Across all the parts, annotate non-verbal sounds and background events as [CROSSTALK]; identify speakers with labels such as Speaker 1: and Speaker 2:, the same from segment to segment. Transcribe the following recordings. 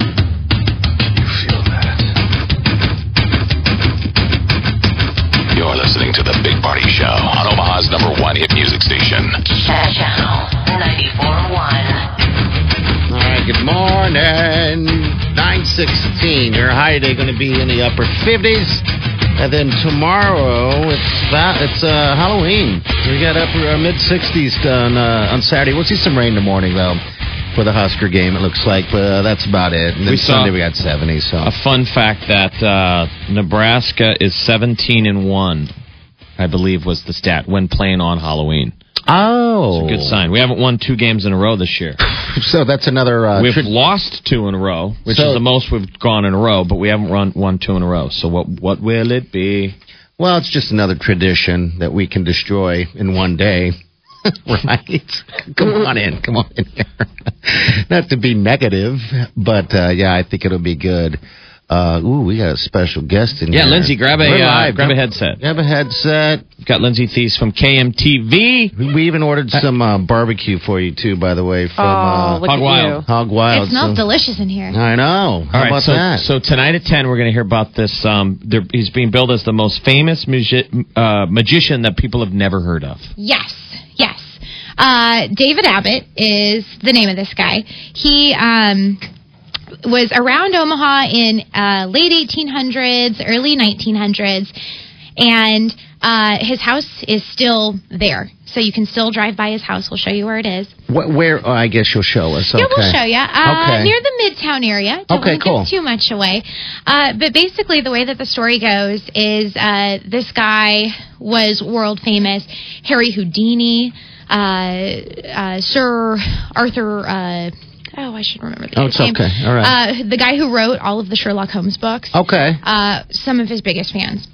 Speaker 1: You feel that? You're listening to The Big Party Show on Omaha's number one hit music station.
Speaker 2: Chat Channel 94.1.
Speaker 3: All right, good morning. 916. Your high today going to be in the upper 50s. And then tomorrow, it's that, it's uh, Halloween. We got upper uh, mid 60s on, uh, on Saturday. We'll see some rain in the morning, though, for the Husker game, it looks like. But uh, that's about it. And then
Speaker 4: We saw-
Speaker 3: Sunday, we got 70. So
Speaker 4: A fun fact that uh, Nebraska is 17 and 1, I believe was the stat when playing on Halloween.
Speaker 3: Oh.
Speaker 4: Good sign. We haven't won two games in a row this year.
Speaker 3: So that's another. Uh,
Speaker 4: We've
Speaker 3: tri-
Speaker 4: lost two in a row, which
Speaker 3: So-
Speaker 4: is the most we've gone in a row, but we haven't run won two in a row. So what what will it be?
Speaker 3: well, it's just another tradition that we can destroy in one day. [LAUGHS] right? Come on in. Come on in here. [LAUGHS] Not to be negative, but uh, yeah, I think it'll be good. Uh, ooh, we got a special guest in
Speaker 4: Yeah,
Speaker 3: here.
Speaker 4: Lindsay, grab a
Speaker 3: We're
Speaker 4: uh,
Speaker 3: live.
Speaker 4: grab a headset.
Speaker 3: Grab a headset.
Speaker 4: We've got Lindsay Thies from KMTV.
Speaker 3: We, we even ordered some uh, barbecue for you too, by the way, from
Speaker 5: Oh,
Speaker 3: uh,
Speaker 5: look
Speaker 4: Hog
Speaker 5: at
Speaker 4: Wild.
Speaker 5: you.
Speaker 3: Hog Wild.
Speaker 6: It smells
Speaker 3: So-
Speaker 6: delicious in here.
Speaker 3: I know. How about
Speaker 4: so,
Speaker 3: that?
Speaker 4: so tonight at 10, we're going to hear about this. Um, there, he's being billed as the most famous magi- uh, magician that people have never heard of.
Speaker 6: Yes, yes. Uh, David Abbott is the name of this guy. He um, was around Omaha in uh, late 1800s, early 1900s, and uh, his house is still there. So you can still drive by his house. We'll show you where it is.
Speaker 3: Wh- where? Oh, I guess you'll show us.
Speaker 6: Yeah,
Speaker 3: okay.
Speaker 6: we'll show you. Uh,
Speaker 3: Okay.
Speaker 6: Near the Midtown area. Don't
Speaker 3: Okay,
Speaker 6: wanna give
Speaker 3: cool.
Speaker 6: too much away. Uh, but basically, the way that the story goes is uh, this guy was world famous, Harry Houdini, uh, uh, Sir Arthur. Uh, oh, I should remember the
Speaker 3: Oh,
Speaker 6: guy's
Speaker 3: it's
Speaker 6: name.
Speaker 3: okay. All right. Oh.
Speaker 6: Uh, the guy who wrote all of the Sherlock Holmes books
Speaker 3: Okay.
Speaker 6: uh, some of his biggest fans.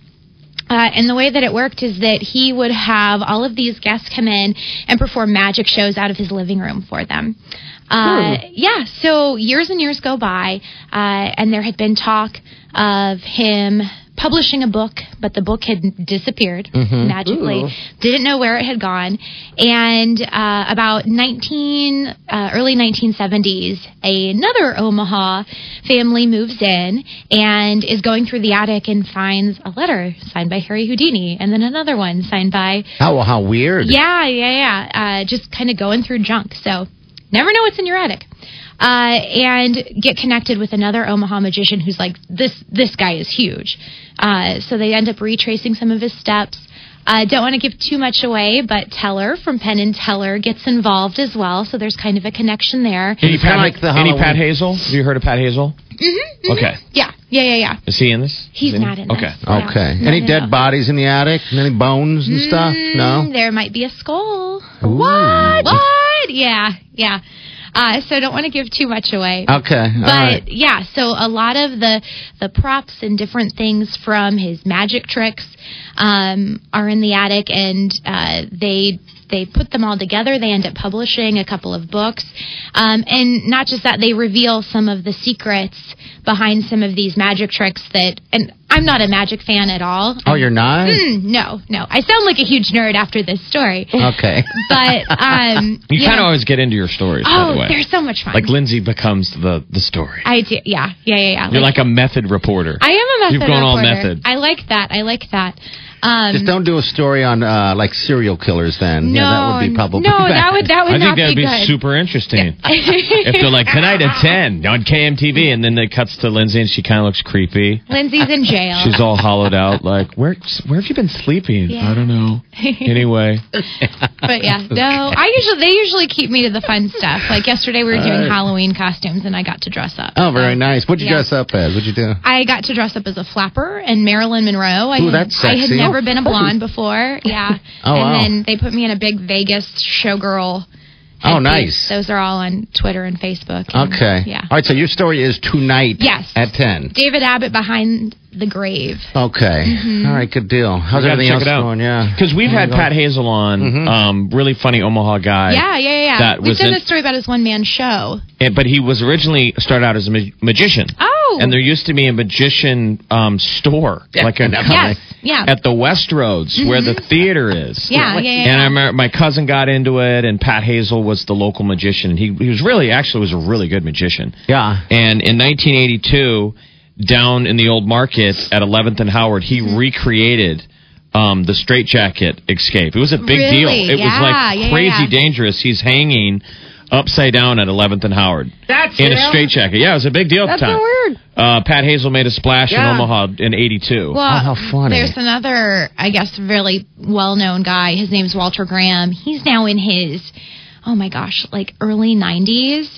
Speaker 6: Uh, and the way that it worked is that he would have all of these guests come in and perform magic shows out of his living room for them. Uh, Yeah, so years and years go by, uh, and there had been talk of him publishing a book, but the book had disappeared magically. Didn't know where it had gone. And uh, about 19, uh, early 1970s, another Omaha family moves in and is going through the attic and finds a letter signed by Harry Houdini, and then another one signed by
Speaker 3: How how weird.
Speaker 6: yeah, yeah, yeah. Uh, just kind of going through junk. So never know what's in your attic. Uh, and get connected with another Omaha magician who's like this. This guy is huge. Uh, so they end up retracing some of his steps. Uh, don't want to give too much away, but Teller from Penn and Teller gets involved as well. So there's kind of a connection there.
Speaker 4: Any
Speaker 3: It's kinda
Speaker 4: Pat,
Speaker 3: like the
Speaker 4: any
Speaker 3: Halloween-
Speaker 4: Pat Hazel? Have you heard of Pat Hazel?
Speaker 6: Mm-hmm,
Speaker 4: Okay.
Speaker 6: Yeah. Yeah. Yeah. Yeah.
Speaker 4: Is he in this?
Speaker 6: He's
Speaker 4: Is he
Speaker 6: not in this.
Speaker 4: Okay.
Speaker 6: No.
Speaker 3: Okay.
Speaker 6: No,
Speaker 3: Any
Speaker 6: no,
Speaker 3: dead
Speaker 6: no.
Speaker 3: bodies in the attic? Any bones and stuff?
Speaker 6: Mm,
Speaker 3: No.
Speaker 6: There might be a skull.
Speaker 3: Ooh.
Speaker 6: What? What? Yeah. Yeah. Uh, so don't want to give too much away.
Speaker 3: Okay. All
Speaker 6: but
Speaker 3: right.
Speaker 6: yeah, so a lot of the the props and different things from his magic tricks um, are in the attic, and uh, they they put them all together. They end up publishing a couple of books, um, and not just that, they reveal some of the secrets behind some of these magic tricks. That and I'm not a magic fan at all.
Speaker 3: Oh, you're not?
Speaker 6: Mm, [CLEARS THROAT] no, no, I sound like a huge nerd after this
Speaker 4: [LAUGHS]
Speaker 6: story, [LAUGHS]
Speaker 3: Okay.
Speaker 6: but um,
Speaker 4: You
Speaker 6: yeah.
Speaker 4: kind of always get into your stories, by
Speaker 6: oh,
Speaker 4: the way.
Speaker 6: they're so much fun.
Speaker 4: like Lindsay becomes the the story.
Speaker 6: I do, yeah, yeah, yeah, yeah.
Speaker 4: You're like a method reporter.
Speaker 6: I am a method.
Speaker 4: You've gone all
Speaker 6: reporter.
Speaker 4: method.
Speaker 6: I like that. I like that. Um,
Speaker 3: Just don't do a story on uh, like serial killers then. yeah,
Speaker 6: no,
Speaker 3: that would be probably
Speaker 6: no, that
Speaker 3: bad. [LAUGHS]
Speaker 6: would that would
Speaker 4: I
Speaker 6: not
Speaker 4: think that'd be,
Speaker 6: good.
Speaker 4: super
Speaker 6: [LAUGHS]
Speaker 4: interesting. if they're like tonight at ten on KMTV, and then it cuts to Lindsay, and she kind of looks creepy.
Speaker 6: Lindsay's in jail.
Speaker 4: She's all hollowed out, like where where have you been sleeping? I
Speaker 6: Yeah.
Speaker 4: don't know. Anyway,
Speaker 3: [LAUGHS]
Speaker 6: but yeah, no. I usually they usually keep me to the fun stuff. Like yesterday, we were doing Halloween costumes, and I got to dress up.
Speaker 3: Oh, very nice. What'd you
Speaker 6: Um, Yeah.
Speaker 3: dress up as? What'd you do?
Speaker 6: I got to dress up as a flapper and Marilyn Monroe. I,
Speaker 3: Ooh,
Speaker 6: had-
Speaker 3: that's
Speaker 6: I had
Speaker 3: sexy.
Speaker 6: never been a blonde before. Yeah.
Speaker 3: [LAUGHS] Oh,
Speaker 6: and
Speaker 3: wow.
Speaker 6: then they put me in a big Vegas showgirl
Speaker 3: Oh,
Speaker 6: And
Speaker 3: nice.
Speaker 6: Those are all on Twitter and Facebook. and-
Speaker 3: Okay.
Speaker 6: Yeah.
Speaker 3: All right. So your story is tonight.
Speaker 6: Yes.
Speaker 3: At ten.
Speaker 6: David Abbott behind the grave.
Speaker 3: Okay.
Speaker 6: Mm-hmm.
Speaker 3: All right. Good deal. How's
Speaker 4: gotta
Speaker 3: everything else
Speaker 4: check it out.
Speaker 3: going? Yeah.
Speaker 4: Because we've had Pat Hazel on, um, really funny Omaha guy.
Speaker 6: Mm-hmm. Yeah, yeah, yeah. yeah.
Speaker 4: That
Speaker 6: We've
Speaker 4: was
Speaker 6: done
Speaker 4: in-
Speaker 6: a story about his one man show.
Speaker 4: And- but he was originally started out as a ma- magician.
Speaker 6: Oh.
Speaker 4: And there used to be a magician um, store, like [LAUGHS] an
Speaker 6: Yes, yeah. Mm-hmm.
Speaker 4: at the Westroads where the theater is.
Speaker 6: Yeah, yeah, yeah,
Speaker 4: And I
Speaker 6: yeah.
Speaker 4: remember my cousin got into it, and Pat Hazel was the local magician. He he was really actually was a really good magician.
Speaker 3: Yeah.
Speaker 4: And in 1982, down in the old market at 11th and Howard, he
Speaker 6: Mm-hmm.
Speaker 4: recreated um, the straitjacket escape. It was a big
Speaker 6: Really?
Speaker 4: deal. It
Speaker 6: Yeah,
Speaker 4: was
Speaker 6: yeah,
Speaker 4: like crazy
Speaker 6: yeah.
Speaker 4: dangerous. He's hanging upside down at 11th and Howard.
Speaker 5: That's
Speaker 4: in a
Speaker 5: him?
Speaker 4: straitjacket. Yeah, it was a big deal at
Speaker 5: That's
Speaker 4: the time.
Speaker 5: so weird.
Speaker 4: Uh, Pat Hazel made a splash
Speaker 5: Yeah.
Speaker 4: in Omaha in 82.
Speaker 6: Well,
Speaker 3: Oh, how funny.
Speaker 6: There's another, I guess, really well known guy. His name's Walter Graham. He's now in his, oh my gosh, like early 90s,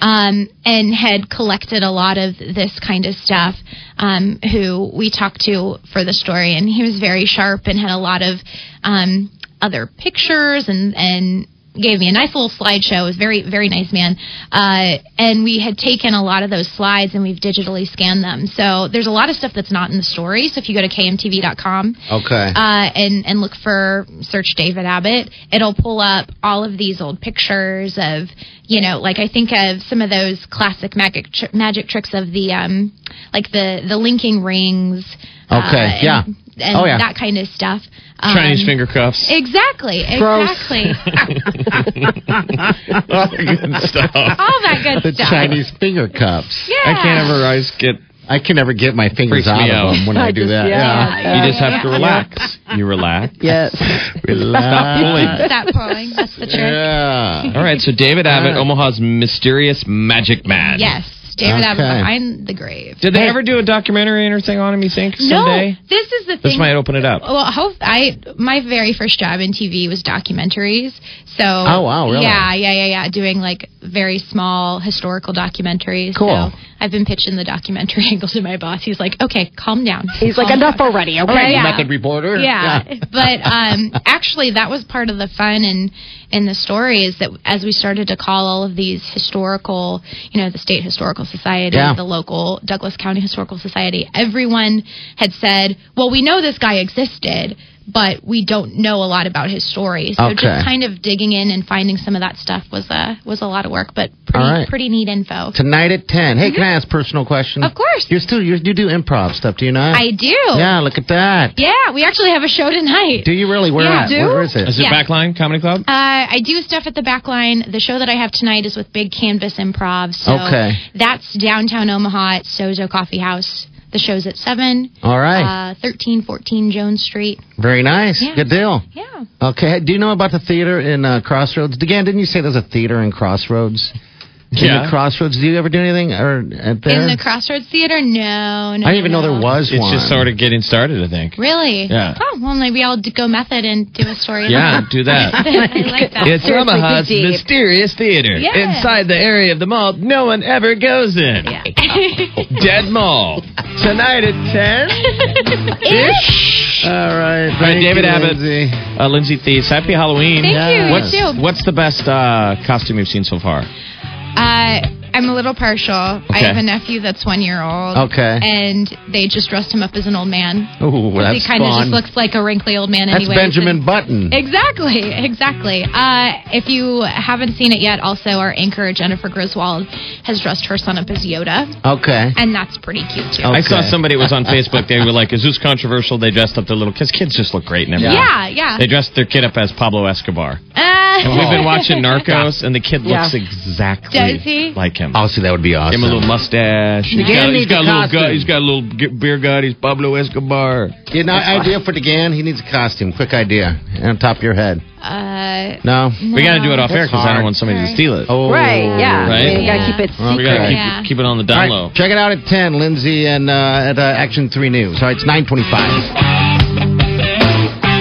Speaker 6: um, and had collected a lot of this kind of stuff. Um, who we talked to for the story, and he was very sharp and had a lot of um, other pictures and and gave me a nice little slideshow. It was very, very nice man. Uh, and we had taken a lot of those slides and we've digitally scanned them. So there's a lot of stuff that's not in the story. So if you go to kmtv.com
Speaker 3: Okay. [LAUGHS]
Speaker 6: uh, and and look for search David Abbott, it'll pull up all of these old pictures of you know like I think of some of those classic magic tr- magic tricks of the um like the the linking rings. uh,
Speaker 3: Okay,
Speaker 6: and-
Speaker 3: yeah.
Speaker 6: And
Speaker 3: Oh, yeah.
Speaker 6: that kind of stuff.
Speaker 4: Chinese
Speaker 6: Um,
Speaker 4: finger cuffs.
Speaker 6: Exactly.
Speaker 3: Gross.
Speaker 6: Exactly.
Speaker 4: All the good
Speaker 6: [LAUGHS]
Speaker 4: stuff.
Speaker 6: All that good
Speaker 3: [LAUGHS] the
Speaker 6: stuff.
Speaker 3: Chinese finger cups.
Speaker 4: I
Speaker 6: Yeah.
Speaker 4: can't ever I just get.
Speaker 3: I can never get my fingers
Speaker 4: Freaks me
Speaker 3: out
Speaker 4: out.
Speaker 3: of them when I,
Speaker 5: I
Speaker 3: do
Speaker 5: just-
Speaker 3: that.
Speaker 5: yeah.
Speaker 4: You just have to relax. You relax.
Speaker 5: Yes.
Speaker 3: Relax. [LAUGHS]
Speaker 6: Stop pulling. That's the trick.
Speaker 3: Yeah.
Speaker 4: All right, so David Abbott,
Speaker 3: Ah.
Speaker 4: Omaha's mysterious magic man.
Speaker 6: Uh. Yes. David Abbott
Speaker 3: Okay.
Speaker 6: behind the grave.
Speaker 4: Did they ever do a documentary or anything on him? You think someday?
Speaker 6: No, this is the thing.
Speaker 4: This might open it up.
Speaker 6: Well, hope I my very first job in TV was documentaries. So
Speaker 3: Oh, wow, really?
Speaker 6: Yeah, yeah, yeah, yeah. Doing like very small historical documentaries.
Speaker 3: Cool.
Speaker 6: So I've been pitching the documentary [LAUGHS] angle to my boss. He's like, okay, calm down.
Speaker 5: He's like,
Speaker 6: Calm
Speaker 5: enough
Speaker 6: down."
Speaker 5: already, okay?
Speaker 6: Alright, yeah.
Speaker 3: Method reporter.
Speaker 6: [LAUGHS] Yeah. but um, actually, that was part of the fun and in the story is that as we started to call all of these historical, you know, the state historical society,
Speaker 3: Yeah.
Speaker 6: the local Douglas County Historical Society, everyone had said, "Well, we know this guy existed." But we don't know a lot about his story, so
Speaker 3: Okay.
Speaker 6: just kind of digging in and finding some of that stuff was a was a lot of work, but pretty
Speaker 3: All right.
Speaker 6: pretty neat info.
Speaker 3: Tonight at ten. Hey, can I ask a personal question?
Speaker 6: Mm-hmm. Of course.
Speaker 3: You're still you're, you do improv stuff, do you not?
Speaker 6: I do.
Speaker 3: Yeah. Look at that.
Speaker 6: Yeah, we actually have a show tonight.
Speaker 3: Do you really? Where
Speaker 6: Yeah,
Speaker 3: at?
Speaker 6: do.
Speaker 3: Where is it?
Speaker 4: Is it
Speaker 6: Yeah.
Speaker 4: Backline Comedy Club?
Speaker 6: Uh, I do stuff at the back line. The show that I have tonight is with Big Canvas Improv. So
Speaker 3: Okay.
Speaker 6: that's downtown Omaha at Sozo Coffee House. The show's at 7.
Speaker 3: All right.
Speaker 6: Uh, 1314 Jones Street.
Speaker 3: Very nice.
Speaker 6: yeah.
Speaker 3: Good deal.
Speaker 6: Yeah.
Speaker 3: Okay. Do you know about the theater in uh, Crossroads? Again, didn't you say there's a theater in Crossroads? In
Speaker 4: Yeah.
Speaker 3: the Crossroads. Do you ever do anything or at there?
Speaker 6: In the Crossroads Theater? No, no.
Speaker 3: I didn't even
Speaker 6: no.
Speaker 3: know there was
Speaker 4: It's
Speaker 3: one.
Speaker 4: just sort of getting started, I think.
Speaker 6: Really?
Speaker 4: Yeah.
Speaker 6: Oh, well, maybe I'll d- go method and do a story.
Speaker 4: [LAUGHS] Yeah, do
Speaker 6: [LAUGHS] I
Speaker 4: that.
Speaker 6: like
Speaker 3: [LAUGHS]
Speaker 6: that.
Speaker 4: It's
Speaker 5: Seriously,
Speaker 4: Omaha's
Speaker 5: too deep.
Speaker 4: mysterious theater.
Speaker 6: Yes.
Speaker 4: Inside the area of the mall, no one ever goes in. Dead Mall. Tonight at 10.
Speaker 6: [LAUGHS]
Speaker 3: All right. All
Speaker 4: right, David Abbott. Uh, Lindsay Thies, happy Halloween.
Speaker 6: Thank you. You
Speaker 4: What's,
Speaker 6: too.
Speaker 4: what's the best uh, costume you've seen so far?
Speaker 6: Uh, I'm a little partial. I
Speaker 4: Okay.
Speaker 6: have a nephew that's one year old.
Speaker 3: Okay.
Speaker 6: And they just dressed him up as an old man.
Speaker 3: Ooh,
Speaker 6: Because
Speaker 3: that's
Speaker 6: he kind of
Speaker 3: fun.
Speaker 6: just looks like a wrinkly old man
Speaker 3: That's
Speaker 6: anyway.
Speaker 3: Benjamin Button.
Speaker 6: Exactly, exactly. Uh, if you haven't seen it yet, also our anchor Jennifer Griswold has dressed her son up as Yoda,
Speaker 3: Okay.
Speaker 6: and that's pretty cute too.
Speaker 4: I
Speaker 3: Okay.
Speaker 4: saw somebody it was [LAUGHS] on Facebook. They were like, "Is this controversial?" They dressed up their little kids. Kids just look great and everything.
Speaker 6: Yeah, yeah.
Speaker 4: They dressed their kid up as Pablo Escobar.
Speaker 6: Uh,
Speaker 4: We've been
Speaker 6: [LAUGHS]
Speaker 4: watching Narcos, and the kid
Speaker 5: Yeah.
Speaker 4: looks exactly
Speaker 6: Does he?
Speaker 4: like him.
Speaker 3: Oh, see, that would be awesome.
Speaker 4: Give him a little mustache. He's
Speaker 3: Gan
Speaker 4: got,
Speaker 3: needs
Speaker 4: he's got
Speaker 3: a
Speaker 4: a little
Speaker 3: costume.
Speaker 4: gut. He's got a little g- beer gut. He's Pablo Escobar.
Speaker 3: You know, idea for the Gan? He needs a costume. Quick idea. On top of your head.
Speaker 6: uh,
Speaker 3: No?
Speaker 4: We got to do it off air
Speaker 3: That's
Speaker 4: because I
Speaker 3: hard.
Speaker 4: don't want somebody to
Speaker 6: Right.
Speaker 4: steal it.
Speaker 3: Oh.
Speaker 5: Right, yeah.
Speaker 4: Right?
Speaker 5: I mean, you
Speaker 6: Yeah.
Speaker 5: gotta keep it
Speaker 3: Okay.
Speaker 5: secret.
Speaker 4: we got to
Speaker 6: Yeah.
Speaker 4: keep, keep it on
Speaker 3: All
Speaker 4: the down
Speaker 3: right,
Speaker 4: low.
Speaker 3: check it out at 10, Lindsay, and uh, at uh, Action 3 News. All right, it's 925.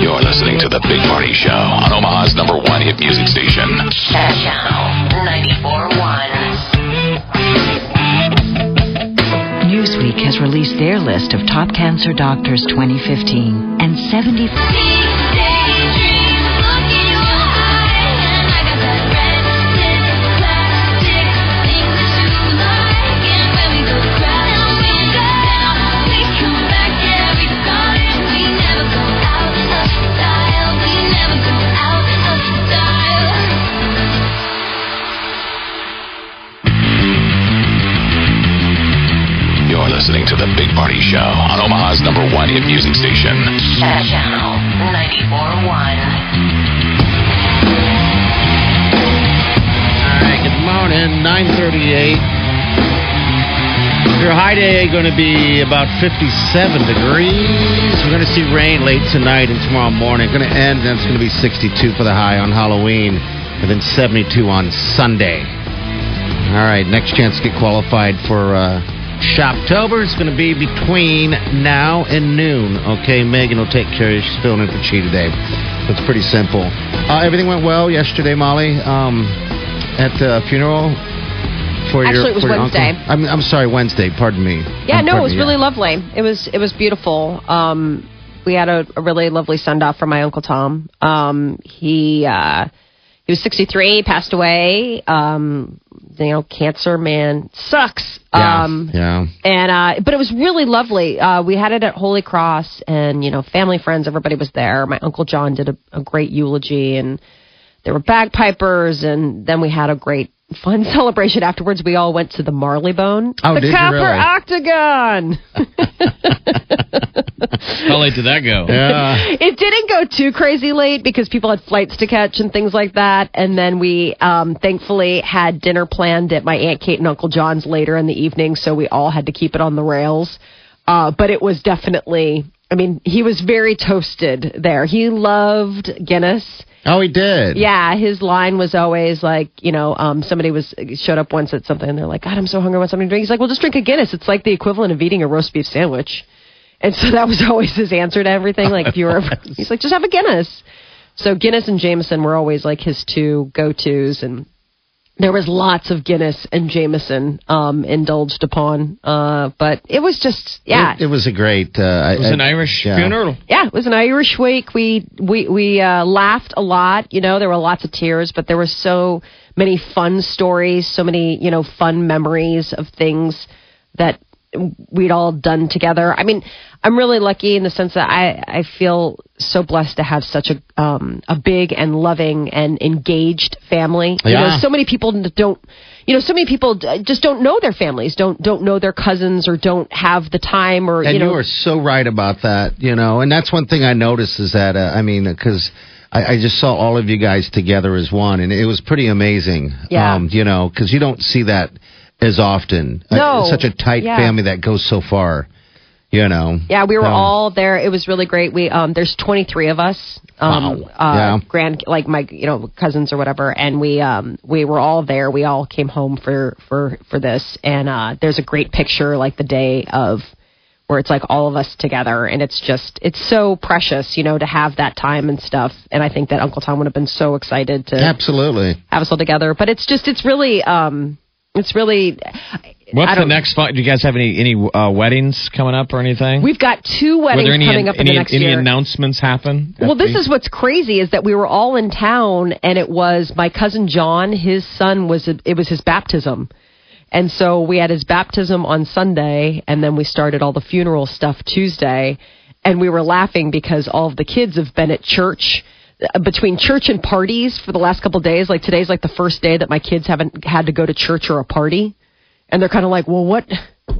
Speaker 1: You're listening to the Big Party Show on Omaha's number one hit music station.
Speaker 2: That channel 94.1.
Speaker 7: Newsweek has released their list of top cancer doctors 2015, and 70
Speaker 2: These daydreams look in your eyes, and I got that red
Speaker 1: listening to The Big Party Show on Omaha's number one hit music station.
Speaker 2: Channel 94.1.
Speaker 3: All right, good morning. 938. Your high day going to be about 57 degrees. We're going to see rain late tonight and tomorrow morning. Going to end, and it's going to be 62 for the high on Halloween, and then 72 on Sunday. All right, next chance to get qualified for uh, Shoptober is going to be between now and noon. Okay, Megan will take care of you. She's filling in for Chi today. It's pretty simple. Uh, everything went well yesterday, Molly, um, at the funeral for your
Speaker 5: Actually, it was
Speaker 3: for your uncle.
Speaker 5: Wednesday.
Speaker 3: I'm, I'm sorry, Wednesday. Pardon me.
Speaker 5: Yeah,
Speaker 3: Um,
Speaker 5: no,
Speaker 3: pardon
Speaker 5: it was
Speaker 3: me,
Speaker 5: really
Speaker 3: yeah.
Speaker 5: lovely. It was it was beautiful. Um, we had a, a really lovely send off for my uncle Tom. Um, he uh, he was 63, passed away. Um, you know, cancer man sucks.
Speaker 3: Yeah,
Speaker 5: Um,
Speaker 3: yeah.
Speaker 5: and uh, but it was really lovely. Uh, we had it at Holy Cross, and you know, family, friends, everybody was there. My uncle John did a, a great eulogy, and there were bagpipers, and then we had a great fun [LAUGHS] celebration afterwards. We all went to the Marleybone,
Speaker 3: Oh,
Speaker 5: the
Speaker 3: did you
Speaker 5: Copper
Speaker 3: really?
Speaker 5: Octagon.
Speaker 4: How late did that go?
Speaker 3: Yeah.
Speaker 5: it didn't go too crazy late because people had flights to catch and things like that. And then we um, thankfully had dinner planned at my Aunt Kate and Uncle John's later in the evening, so we all had to keep it on the rails. Uh, but it was definitely, I mean, he was very toasted there. He loved Guinness.
Speaker 3: Oh, he did.
Speaker 5: Yeah, his line was always like, you know, um, somebody was showed up once at something and they're like, God, I'm so hungry, I want something to drink. He's like, Well, just drink a Guinness. It's like the equivalent of eating a roast beef sandwich. And so that was [LAUGHS] always his answer to everything. Like if you were, ever, he's like, just have a Guinness. So Guinness and Jameson were always like his two go tos, and there was lots of Guinness and Jameson um, indulged upon. Uh, but it was just, yeah,
Speaker 3: It, it was a great. Uh,
Speaker 4: It was an Irish funeral.
Speaker 5: yeah, it was an Irish week. We we we uh, laughed a lot. You know, there were lots of tears, but there were so many fun stories, so many you know fun memories of things that we'd all done together. I mean, I'm really lucky in the sense that I I feel so blessed to have such a um, a big and loving and engaged family. You
Speaker 3: Yeah.
Speaker 5: know, so many people n- don't you know so many people d- just don't know their families don't don't know their cousins or don't have the time or
Speaker 3: and
Speaker 5: you
Speaker 3: you,
Speaker 5: know
Speaker 3: are so right about that you know and that's one thing i noticed is that uh, i mean because I, I just saw all of you guys together as one and it was pretty amazing um,
Speaker 5: Yeah.
Speaker 3: you know because you don't see that as often
Speaker 5: No.
Speaker 3: uh, such a tight
Speaker 5: Yeah.
Speaker 3: family that goes so far you know
Speaker 5: Yeah, we were
Speaker 3: Um,
Speaker 5: all there. It was really great. We um, there's 23 of us. Um,
Speaker 3: Wow.
Speaker 5: uh,
Speaker 3: Yeah.
Speaker 5: Grand, like my, you know, cousins or whatever, and we um, we were all there. We all came home for for for this, and uh, there's a great picture like the day of where it's like all of us together, and it's just it's so precious, you know, to have that time and stuff. And I think that Uncle Tom would have been so excited to
Speaker 3: absolutely
Speaker 5: have us all together. But it's just it's really um, it's really
Speaker 4: What's the
Speaker 5: don't-
Speaker 4: next? fi- Do you guys have any any uh, weddings coming up or anything?
Speaker 5: we've got two
Speaker 4: Were
Speaker 5: weddings
Speaker 4: there any
Speaker 5: coming up in
Speaker 4: any,
Speaker 5: the next
Speaker 4: any
Speaker 5: year.
Speaker 4: announcements happen?
Speaker 5: Well, this
Speaker 4: FB?
Speaker 5: is what's crazy is that we were all in town, and it was my cousin John. His son was it was his baptism, and so we had his baptism on Sunday, and then we started all the funeral stuff Tuesday, and we were laughing because all of the kids have been at church uh, between church and parties for the last couple of days. Like today's like the first day that my kids haven't had to go to church or a party and they're kind of like, well, what?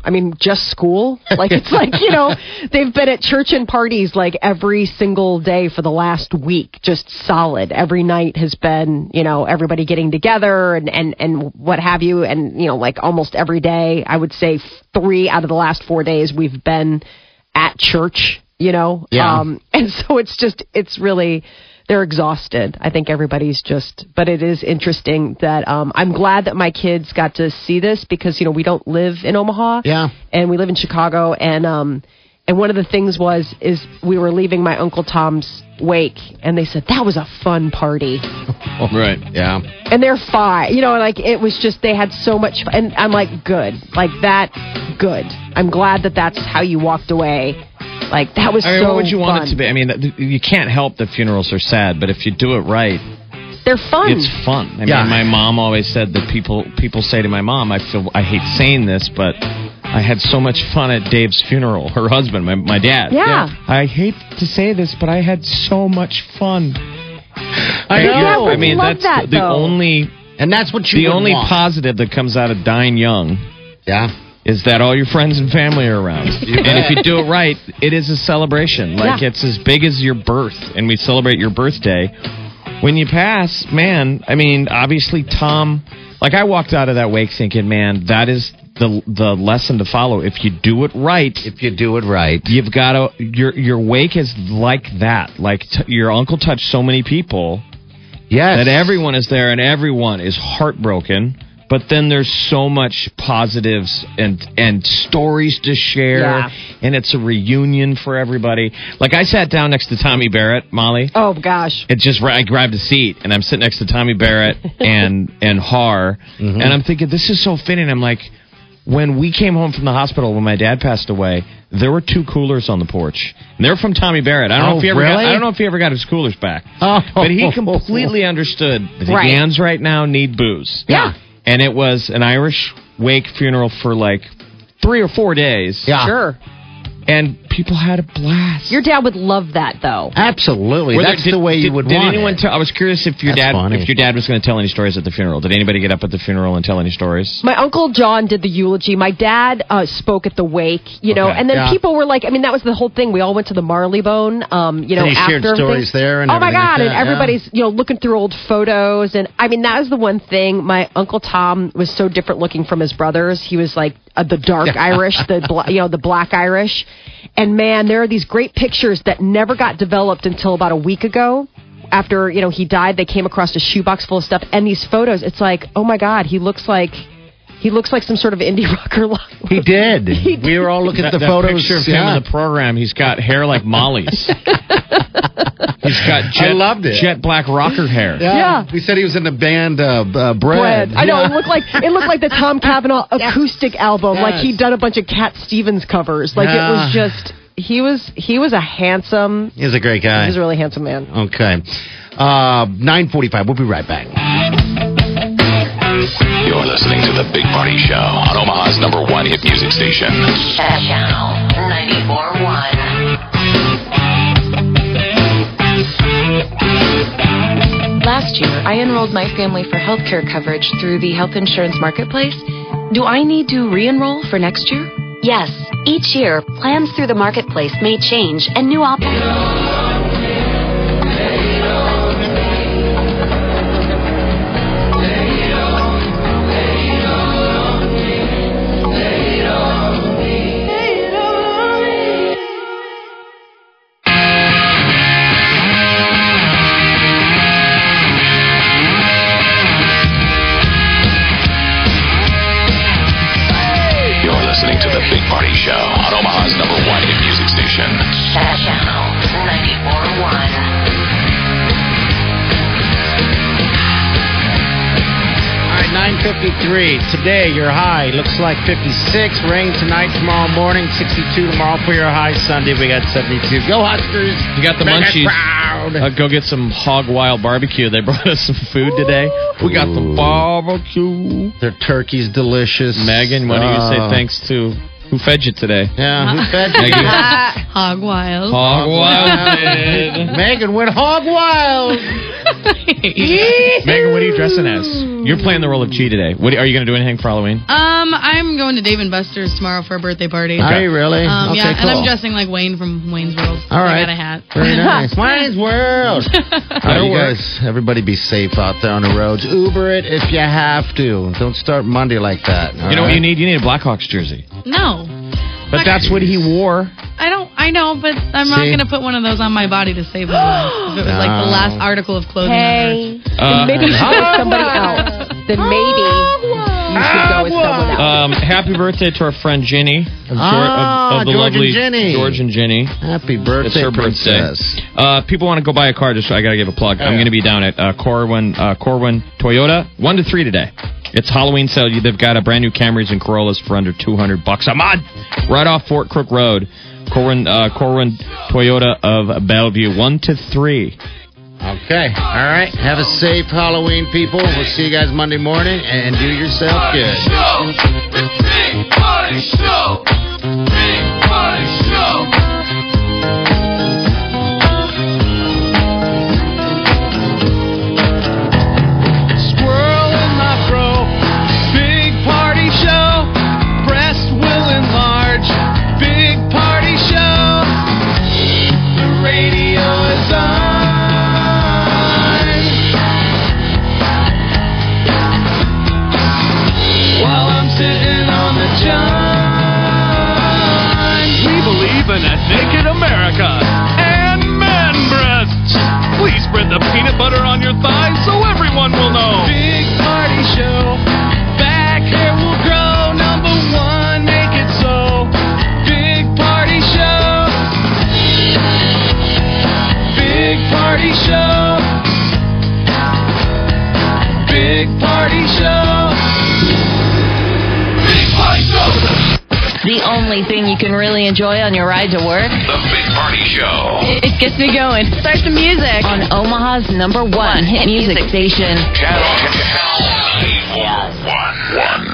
Speaker 5: I mean, just school? Like, it's like, you know, they've been at church and parties like every single day for the last week, just solid. Every night has been, you know, everybody getting together and, and, and what have you. And, you know, like almost every day, I would say three out of the last four days, we've been at church, you know? Um,
Speaker 3: Yeah.
Speaker 5: and so it's just, it's really, they're exhausted. I think everybody's just, but it is interesting that um, I'm glad that my kids got to see this because you know we don't live in Omaha,
Speaker 3: Yeah.
Speaker 5: and we live in Chicago, and um, and one of the things was is we were leaving my uncle Tom's wake, and they said that was a fun party,
Speaker 4: right.
Speaker 3: yeah
Speaker 5: and they're five, you know, like it was just they had so much, fun. and I'm like good, like that, good. I'm glad that that's how you walked away, like that was
Speaker 4: I mean,
Speaker 5: so
Speaker 4: what would you
Speaker 5: fun.
Speaker 4: want it to be? I mean, th- you can't help that funerals are sad, but if you do it right,
Speaker 5: They're fun.
Speaker 4: it's fun. I
Speaker 3: Yeah.
Speaker 4: mean, my mom always said that people people say to my mom, I feel I hate saying this, but I had so much fun at Dave's funeral. Her husband, my, my dad.
Speaker 5: Yeah. Yeah.
Speaker 4: I hate to say this, but I had so much fun. I
Speaker 3: know. Yeah, we
Speaker 4: I mean,
Speaker 5: love
Speaker 4: that's
Speaker 5: that,
Speaker 4: the
Speaker 5: though.
Speaker 4: only
Speaker 3: and that's what you
Speaker 4: the
Speaker 3: would
Speaker 4: only
Speaker 3: want.
Speaker 4: positive that comes out of dying young
Speaker 3: yeah
Speaker 4: is that all your friends and family are around. and if you do it right, it is a celebration. Like
Speaker 5: Yeah.
Speaker 4: it's as big as your birth, and we celebrate your birthday. When you pass, man, I mean, obviously Tom, like I walked out of that wake thinking, man, that is the the lesson to follow. If you do it right,
Speaker 3: If you do it right.
Speaker 4: you've got to your your wake is like that. Like t- your uncle touched so many people
Speaker 3: Yes.
Speaker 4: that everyone is there and everyone is heartbroken but then there's so much positives and and stories to share
Speaker 5: Yeah.
Speaker 4: and it's a reunion for everybody like i sat down next to tommy barrett molly
Speaker 5: Oh gosh.
Speaker 4: it just I grabbed a seat and I'm sitting next to Tommy
Speaker 3: [LAUGHS]
Speaker 4: Barrett and and Har
Speaker 3: Mm-hmm.
Speaker 4: and I'm thinking this is so fitting. I'm like, when we came home from the hospital when my dad passed away, there were two coolers on the porch. And they're from Tommy Barrett. I don't know
Speaker 3: Oh,
Speaker 4: if he ever got,
Speaker 3: really?
Speaker 4: I don't know if he ever got his coolers back.
Speaker 3: Oh.
Speaker 4: But he completely understood that the
Speaker 5: Right.
Speaker 4: Gans right now need booze.
Speaker 3: Yeah.
Speaker 4: And it was an Irish wake funeral for like three or four days.
Speaker 3: Yeah.
Speaker 5: Sure.
Speaker 4: And people had a blast.
Speaker 5: Your dad would love that though.
Speaker 3: Absolutely.
Speaker 4: Were there-
Speaker 3: That's the way you
Speaker 4: did-
Speaker 3: would
Speaker 4: did
Speaker 3: want
Speaker 4: anyone
Speaker 3: it.
Speaker 4: tell? I was curious if your
Speaker 3: That's
Speaker 4: dad
Speaker 3: funny.
Speaker 4: if your dad was going to tell any stories at the funeral. Did anybody get up at the funeral and tell any stories?
Speaker 5: My uncle John did the eulogy. My dad uh, spoke at the wake, you know,
Speaker 4: Okay.
Speaker 5: and then
Speaker 3: Yeah.
Speaker 5: people were like, I mean, that was the whole thing. We all went to the Marleybone, um, you know,
Speaker 3: And you
Speaker 5: after
Speaker 3: shared
Speaker 5: everything.
Speaker 3: stories there and
Speaker 5: oh my
Speaker 3: everything like
Speaker 5: god,
Speaker 3: that,
Speaker 5: and
Speaker 3: yeah.
Speaker 5: everybody's you know looking through old photos, and I mean, that was the one thing. My uncle Tom was so different looking from his brothers. He was like uh,
Speaker 3: [LAUGHS]
Speaker 5: the dark Irish, the bla- you know the black Irish, and man, there are these great pictures that never got developed until about a week ago. After you know he died, they came across a shoebox full of stuff and these photos. It's like, oh my god, he looks like he looks like some sort of indie [LAUGHS] rocker.
Speaker 3: [LAUGHS] He
Speaker 4: [LAUGHS]
Speaker 3: did. We were all looking at the photos.
Speaker 4: picture of
Speaker 3: yeah.
Speaker 4: him in the program. He's got hair
Speaker 3: [LAUGHS]
Speaker 4: like Molly's. he's got jet,
Speaker 3: jet- loved it.
Speaker 4: jet
Speaker 3: jet
Speaker 4: black rocker hair.
Speaker 5: Yeah.
Speaker 3: Uh, We said he was in the band uh, b- uh, Bread.
Speaker 5: bread. I know
Speaker 3: Yeah.
Speaker 5: it looked like it looked like the Tom
Speaker 3: [LAUGHS]
Speaker 5: Cavanaugh acoustic album. Like
Speaker 3: Yes.
Speaker 5: he'd done a bunch of Cat Stevens covers. Like it was
Speaker 3: Yeah.
Speaker 5: just he was he was a handsome.
Speaker 3: He's a great guy.
Speaker 5: He was a really handsome man.
Speaker 3: okay. Uh, 945. We'll be right back.
Speaker 1: You're listening to the Big Party Show on Omaha's number one hit music station.
Speaker 2: Channel 94.1.
Speaker 8: Last year, I enrolled my family for health care coverage through the health insurance marketplace. Do I need to re enroll for next year?
Speaker 9: Yes, each year, plans through the marketplace may change and new op.
Speaker 1: You're listening to the Big Party Show on Omaha's number one hit music station.
Speaker 2: Channel 94.1.
Speaker 3: All right, 953. Today, your high looks like 56. Rain tonight, tomorrow morning, 62 tomorrow for your high. Sunday, we got 72. Go Huskers.
Speaker 4: You got the
Speaker 3: Make us
Speaker 4: munchies.
Speaker 3: proud.
Speaker 4: Uh, go get some hog wild barbecue. They brought us some food today. We got the
Speaker 3: Ooh.
Speaker 4: barbecue.
Speaker 3: Their turkey's delicious.
Speaker 4: Megan, why don't you say
Speaker 3: Uh,
Speaker 4: thanks to who fed you today?
Speaker 3: Yeah, who fed you?
Speaker 4: Megan.
Speaker 6: Hog wild.
Speaker 4: Hog wild.
Speaker 3: [LAUGHS]
Speaker 4: did.
Speaker 3: Megan went hog wild.
Speaker 4: Megan, what are you dressing as? You're playing the role of G today. What are you going to do anything for Halloween?
Speaker 10: Um, I'm going to Dave and Buster's tomorrow for a birthday party.
Speaker 3: Are you really?
Speaker 10: Um,
Speaker 3: okay,
Speaker 10: yeah,
Speaker 3: cool.
Speaker 10: and I'm dressing like Wayne from Wayne's World.
Speaker 3: All right.
Speaker 10: I got a hat. [LAUGHS]
Speaker 6: [LAUGHS]
Speaker 3: Very nice. Wayne's World. All right,
Speaker 4: That'll
Speaker 3: you
Speaker 4: work.
Speaker 3: guys, everybody be safe out there on the roads. Uber it if you have to. Don't start Monday like that. all
Speaker 4: You know what
Speaker 3: right?
Speaker 4: you need? You need a Blackhawks jersey.
Speaker 10: No,
Speaker 4: But that's what he wore.
Speaker 10: I don't. I know, but I'm not
Speaker 3: See?
Speaker 10: going to put one of those on my body to save my life. If it was like the
Speaker 3: No.
Speaker 10: last article of clothing
Speaker 5: Hey,
Speaker 4: Uh,
Speaker 5: maybe you should go somebody else. Then maybe you should go with someone else.
Speaker 4: Um, happy birthday to our friend Ginny of, Geor-
Speaker 3: Ah,
Speaker 4: of, of the
Speaker 3: George and
Speaker 4: lovely
Speaker 3: Ginny.
Speaker 4: George and Ginny.
Speaker 3: Happy
Speaker 4: It's
Speaker 3: birthday,
Speaker 4: her birthday.
Speaker 3: princess.
Speaker 4: Uh, people want to go buy a car. Just I gotta give a plug. I'm
Speaker 3: yeah.
Speaker 4: gonna be down at uh, Corwin uh, Corwin Toyota one to three today. It's Halloween sale. You- They've got a brand new Camrys and Corollas for under 200 bucks a month, right off Fort Crook Road. Corwin uh, Corwin Toyota of Bellevue one to three.
Speaker 3: Okay. All right. Have a safe Halloween, people. We'll see you guys Monday morning and do yourself good.
Speaker 4: Swirl in my fro, big party show. Breast
Speaker 2: the only thing you can really enjoy on your ride to work?
Speaker 1: The Big Party Show.
Speaker 2: It gets me going. Start the music on Omaha's number one hit music station.
Speaker 1: Channel 94.1.